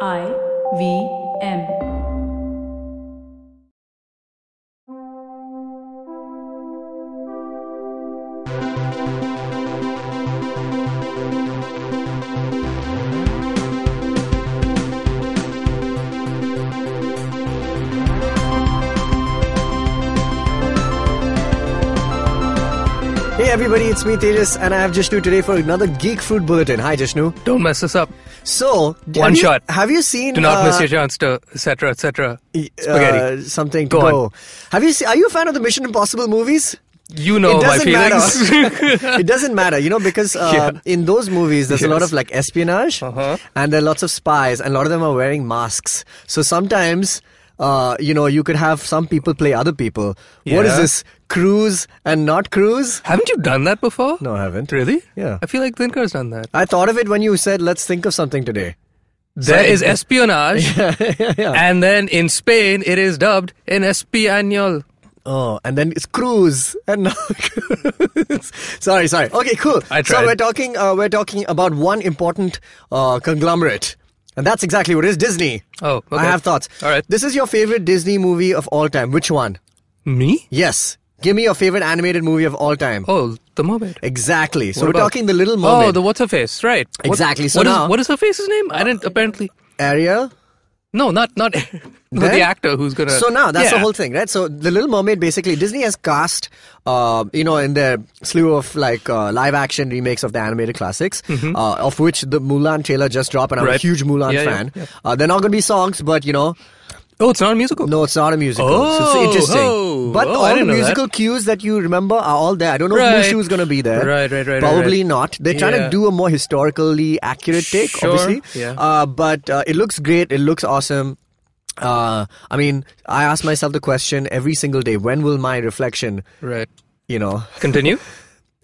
I V M. Hey everybody, it's me Tejas, and I have Jishnu today for another Geek Fruit Bulletin. Hi Jishnu. Don't mess this up. So, have One you- shot. Have you seen? Do not uh, miss your chance to etc. etc. y- Spaghetti. Uh, something to Go go. on. Have you? Seen, are you a fan of the Mission Impossible movies? you know it my doesn't feelings. matter. it doesn't matter, you know, because uh, Yeah. in those movies, there's a lot Yes. of like espionage, Uh-huh. and there are lots of spies, and a lot of them are wearing masks. So sometimes. Uh, you know, you could have some people play other people. What is Yeah. this? Cruise and not cruise? Haven't you done that before? No, I haven't. Really? Yeah. I feel like Thinker's done that. I thought of it when you said, let's think of something today. There is espionage, yeah. and then in Spain it is dubbed in español. Oh, and then it's cruise and now cruise. sorry, sorry. Okay, cool. I So tried. we're talking, uh, we're talking about one important uh, conglomerate, and that's exactly what it is Disney. Oh, okay. I have thoughts. All right. This is your favorite Disney movie of all time. Which one? Me? Yes. Give me your favorite animated movie of all time. Oh, the mermaid. Exactly. So What we're about- talking the Little Mermaid. Oh, the what's her face? Right. What- Exactly. So what is- now- what is her face's name? I didn't apparently. Ariel. No, not not not Then- the actor who's gonna. So now that's the Yeah. whole thing, right? So the Little Mermaid, basically, Disney has cast, uh, you know, in their slew of like uh, live action remakes of the animated classics, uh, of which the Mulan trailer just dropped, and I'm a Mm-hmm. Right. huge Mulan Yeah, yeah, fan. Uh, they're not going to be songs, but you know, Oh, it's not a musical. no, it's not a musical. so Oh, it's interesting. oh, but oh, I all the didn't know that. musical cues that you remember are all there. I don't know if Right. Mushu is going to be there. Right, right, right, right, Probably right. not. They're trying to Yeah. do a more historically accurate take, Sure, obviously. yeah. Uh, but uh, it looks great. It looks awesome. Uh, I mean, I ask myself the question every single day: When will my reflection, Right. you know, Continue.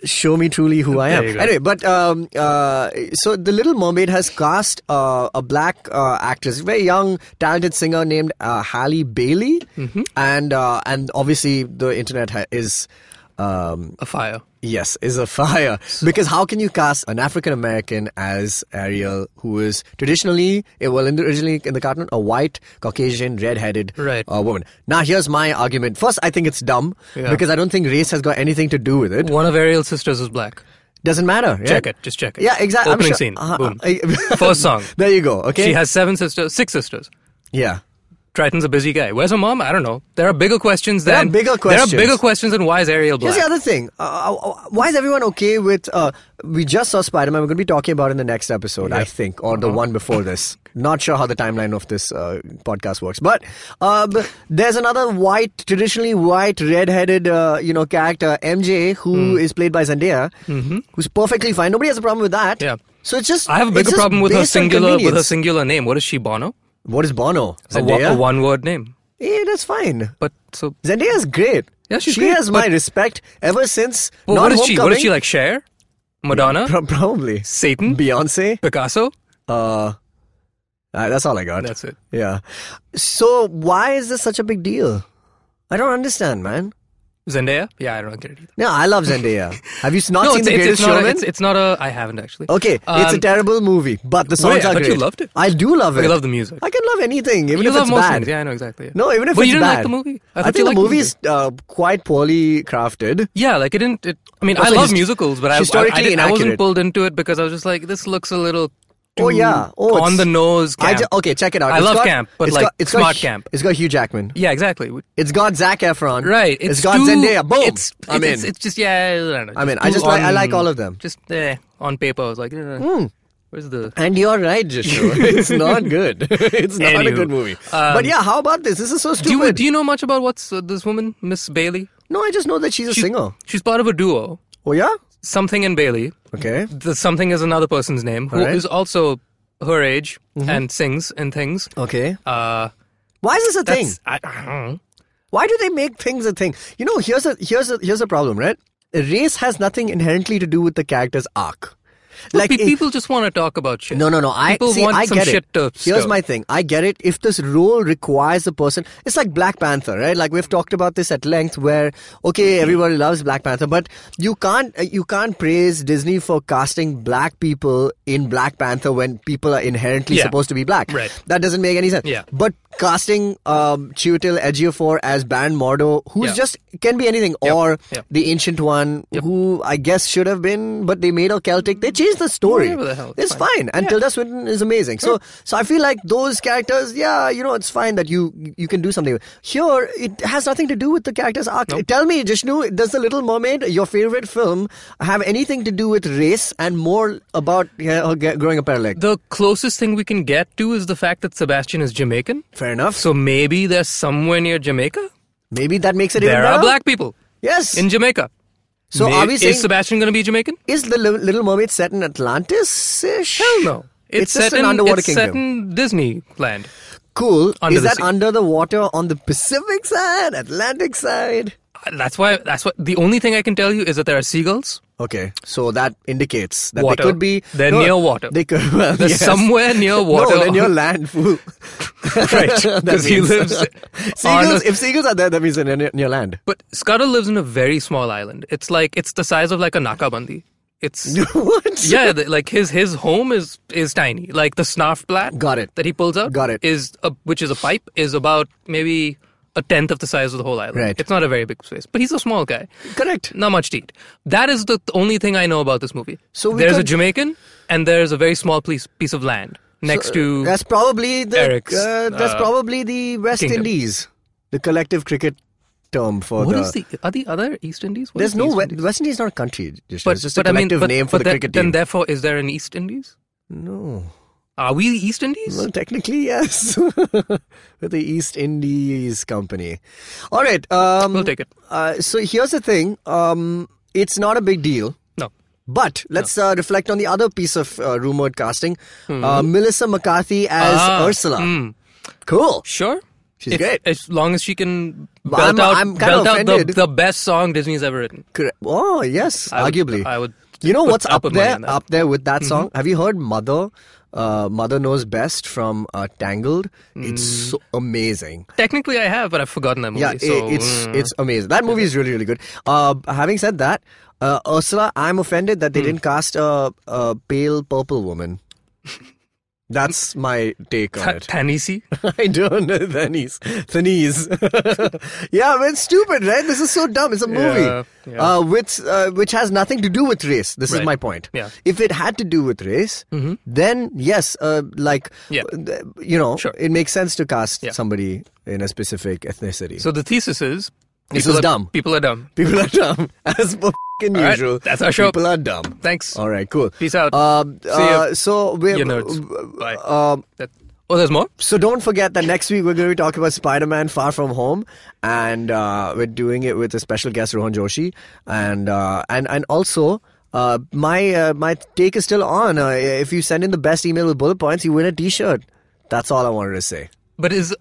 show me truly who I There am. you go. Anyway, but um, uh, so the Little Mermaid has cast uh, a black uh, actress, very young, talented singer named uh, Halle Bailey, Mm-hmm. and uh, and obviously the internet ha- is. Um, a fire. yes, is a fire because how can you cast an African American as Ariel, who is traditionally, eh, well, in the, originally in the cartoon, a white Caucasian red-headed Right. uh, woman? Now, here's my argument. First, I think it's dumb Yeah. because I don't think race has got anything to do with it. One of Ariel's sisters is black. Doesn't matter. Yeah? Check it. Just check it. Yeah, exactly. Opening scene. Boom. First song. Uh-huh, uh, There you go. Okay. She has seven sisters, six sisters. Yeah. Triton's a busy guy. Where's her mom? I don't know. There are bigger questions There are than bigger questions. There are bigger questions than why is Ariel black? Here's the other thing. Uh, uh, uh, why is everyone okay with? Uh, we just saw Spider Man. We're going to be talking about it in the next episode, I think, or Uh-huh. the one before this. Not sure how the timeline of this uh, podcast works, but uh, b- there's another white, traditionally white, red-headed, uh, you know, character MJ Hmm. who is played by Zendaya, who's perfectly fine. Nobody has a problem with that. Mm-hmm. Yeah. So it's just I have a it's bigger just problem with her based on singular with her convenience. singular name. What is she, Bono? What is Bono? A, wa- Zendaya. a one-word name. Yeah, that's fine. But so, Zendaya's great. Yeah, she's she great, has my but- respect ever since. well, not what is she? What is Homecoming. she like? Cher, Madonna, Pro- probably Satan, Beyonce. Picasso. Uh, uh, that's all I got. That's it. Yeah. So why is this such a big deal? I don't understand, man. Zendaya. Yeah, I don't get it. Either. No, I love Zendaya. Have you not no, seen it's, The it's, Greatest it's not. A, Showman? it's, it's not a. I haven't actually. okay, it's a Um, terrible movie, but the songs wait, are but great. you loved it. I do love it. I love the music. I can love anything, even you if love it's most bad. things. Yeah, I know exactly. yeah. No, even if but it's you didn't bad. like the movie. I, I, thought you think the liked movie is uh, quite poorly crafted. Yeah, like it didn't. It, I mean, Also, I love hist- musicals, but I, I, Oh, historically I, didn't, I inaccurate. wasn't pulled into it because I was just like, this looks a little. Oh too yeah, oh, it's- on the nose. I Camp. ju- okay, check it out. I It's love got- camp, but it's like got, it's smart got, camp. It's got Hugh Jackman. Yeah, exactly. It's got Zac Efron. Right. It's, it's got too- Zendaya. Boom. It's, I mean, it's, it's just yeah. I don't know. I mean, I too just like I on- like all of them. Hmm. Just eh, on paper, I was like, eh, where's the? And you're right, Jishu. it's not good. it's not a Anywho, good movie. um, but yeah, how about this? This is so Do you stupid. do you know much about what's uh, this woman, Miss Bailey? no, I just know that she's a She's- singer. She's part of a duo, Oh yeah. something and Bailey. Okay. The something is another person's name who is Alright. Mm-hmm. also her age and sings and things. Okay. Uh, Why is this a thing? that's- I, I don't know. Why do they make things a thing? You know, here's a here's a here's a problem, right? Race has nothing inherently to do with the character's arc. Like Pe- it- people just want to talk about shit. No, no, no. I people see. want I some get it. shit to. Here's stir. my thing. I get it. If this role requires the person, it's like Black Panther, right? Like we've talked about this at length. Where Mm-hmm. okay, everybody loves Black Panther, but you can't uh, you can't praise Disney for casting black people in Black Panther when people are inherently Yeah. supposed to be black. Right. That doesn't make any sense. Yeah. But casting um, Chiwetel Ejiofor as Baron Mordo, who's Yeah. just can be anything, or Yep. the ancient one, who I guess should have been, but they made her Celtic. They changed the story. Whatever the hell, It's it's fine fine. fine. And Tilda Swinton is amazing. So so I feel like those characters, yeah, you know, it's fine that you you can do something. Here, it has nothing to do with the characters' arc. Tell me, Jishnu, does The Little Mermaid, your favorite film, have anything to do with race and more about yeah, her ge- growing a pair of legs? The closest thing we can get to is the fact that Sebastian is Jamaican. Fair enough. So So maybe they're somewhere near Jamaica. maybe that makes it There even better. are black people Yes. in Jamaica. so May- are we saying is Sebastian going to be Jamaican? is the Li- Little Mermaid set in Atlantis? Hell Hell no. It's, It's, just set in, an underwater it's kingdom. set in Disneyland. cool. Under is the that sea. under the water on the Pacific side, Atlantic side? Uh, That's why. That's what. The only thing I can tell you is that there are seagulls. Okay, so that indicates that Water. they could be They're near water. They could well, They're yes. somewhere near water. No, they're near land, fool. right? Because he means- lives. on Seagulls, a- if seagulls are there, that means they're near, near land. but Scuttle lives in a very small island. It's like it's the size of like a nakabandi. It's what? yeah, the, like his his home is is tiny. Like the snarfblat Got it. that he pulls out. Got it. Is a, which is a pipe is about maybe a tenth of the size of the whole island. Right. It's not a very big space, but he's a small guy. Correct. Not much to eat. That is the th- only thing I know about this movie. So we there's a could- Jamaican and there's a very small piece piece of land next to That's probably the Eric's, uh, that's uh, probably the West kingdom. Indies, the collective cricket term for What the. is the are the other East Indies? What uh, there's is no the East West, Indies? West Indies is not a country. Just, it's just a I mean, collective but- name for but the then- cricket Then team. therefore, is there an East Indies? No, Are we East Indies? Well, technically, yes. With the East Indies Company. All right. Um, We'll take it. Uh, so here's the thing um, it's not a big deal. No. But let's uh, reflect on the other piece of uh, rumored casting uh, Melissa McCarthy as Hmm. Ah, Ursula. mm. Cool. Sure. She's If- great. As long as she can But I'm- belt out, I'm kinda belt out the, offended. the best song Disney's ever written. Correct. Oh, yes, I would- arguably. I would You know put- what's I'll up put money there? on that. Mm-hmm. Up there with that song. Have you heard "Mother"? Uh, "Mother Knows Best" from uh, Tangled. It's Mm. so amazing. Technically, I have, but I've forgotten that movie. Yeah, so, i- it's mm. it's amazing. That movie is really really good. Uh, having said that, uh, Ursula, I'm offended that they Hmm. didn't cast a, a pale purple woman. That's my take on it. Tanisi. I don't know Thanis. Thanis. yeah, man, stupid, right? This is so dumb. It's a movie Yeah, yeah. Uh, which uh, which has nothing to do with race. This is Right. my point. Yeah. Mm-hmm. If it had to do with race, then yes, uh, like Yeah. th- you know, Sure. it makes sense to cast Yeah. somebody in a specific ethnicity. So the thesis is This people is are, dumb. People are dumb. People are dumb, as per fing right, usual. that's our show. People are dumb. Thanks. All right, cool. Peace out. Um, See uh, ya. so we're, you nerds. Bye. um, That- oh, there's more. so don't forget that next week we're going to be talking about Spider-Man: Far From Home, and uh, we're doing it with a special guest Rohan Joshi, and uh, and and also. Uh, my uh, my take is still on. Uh, if you send in the best email with bullet points, you win a T-shirt. That's all I wanted to say. But is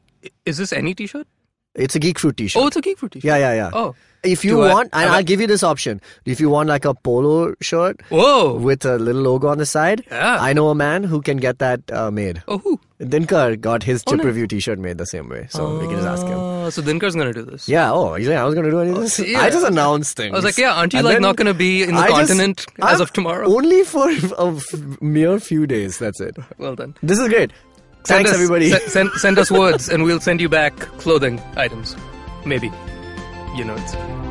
is this any T-shirt? It's a Geek Fruit T-shirt. Oh, it's a Geek Fruit T-shirt. yeah, yeah, yeah. Oh. if you Do I- want, and am I- I'll give you this option. If you want like a polo shirt Whoa. with a little logo on the side, Oh. Yeah. I know a man who can get that uh, made. oh, who? Dinkar got his chip nice. review T-shirt made the same way, so we can just ask him. Oh, so Dinkar's gonna do this. Yeah. Oh, he's like, I was gonna do any of this. see, I yeah. just announced things. I was like, yeah, aren't you, like, not gonna be in the just- continent as of tomorrow? Only for a f- mere few days. That's it. Well done. This is great. Send Thanks, us- everybody. se- Send, send us words, and we'll send you back clothing items. Maybe. You know it's.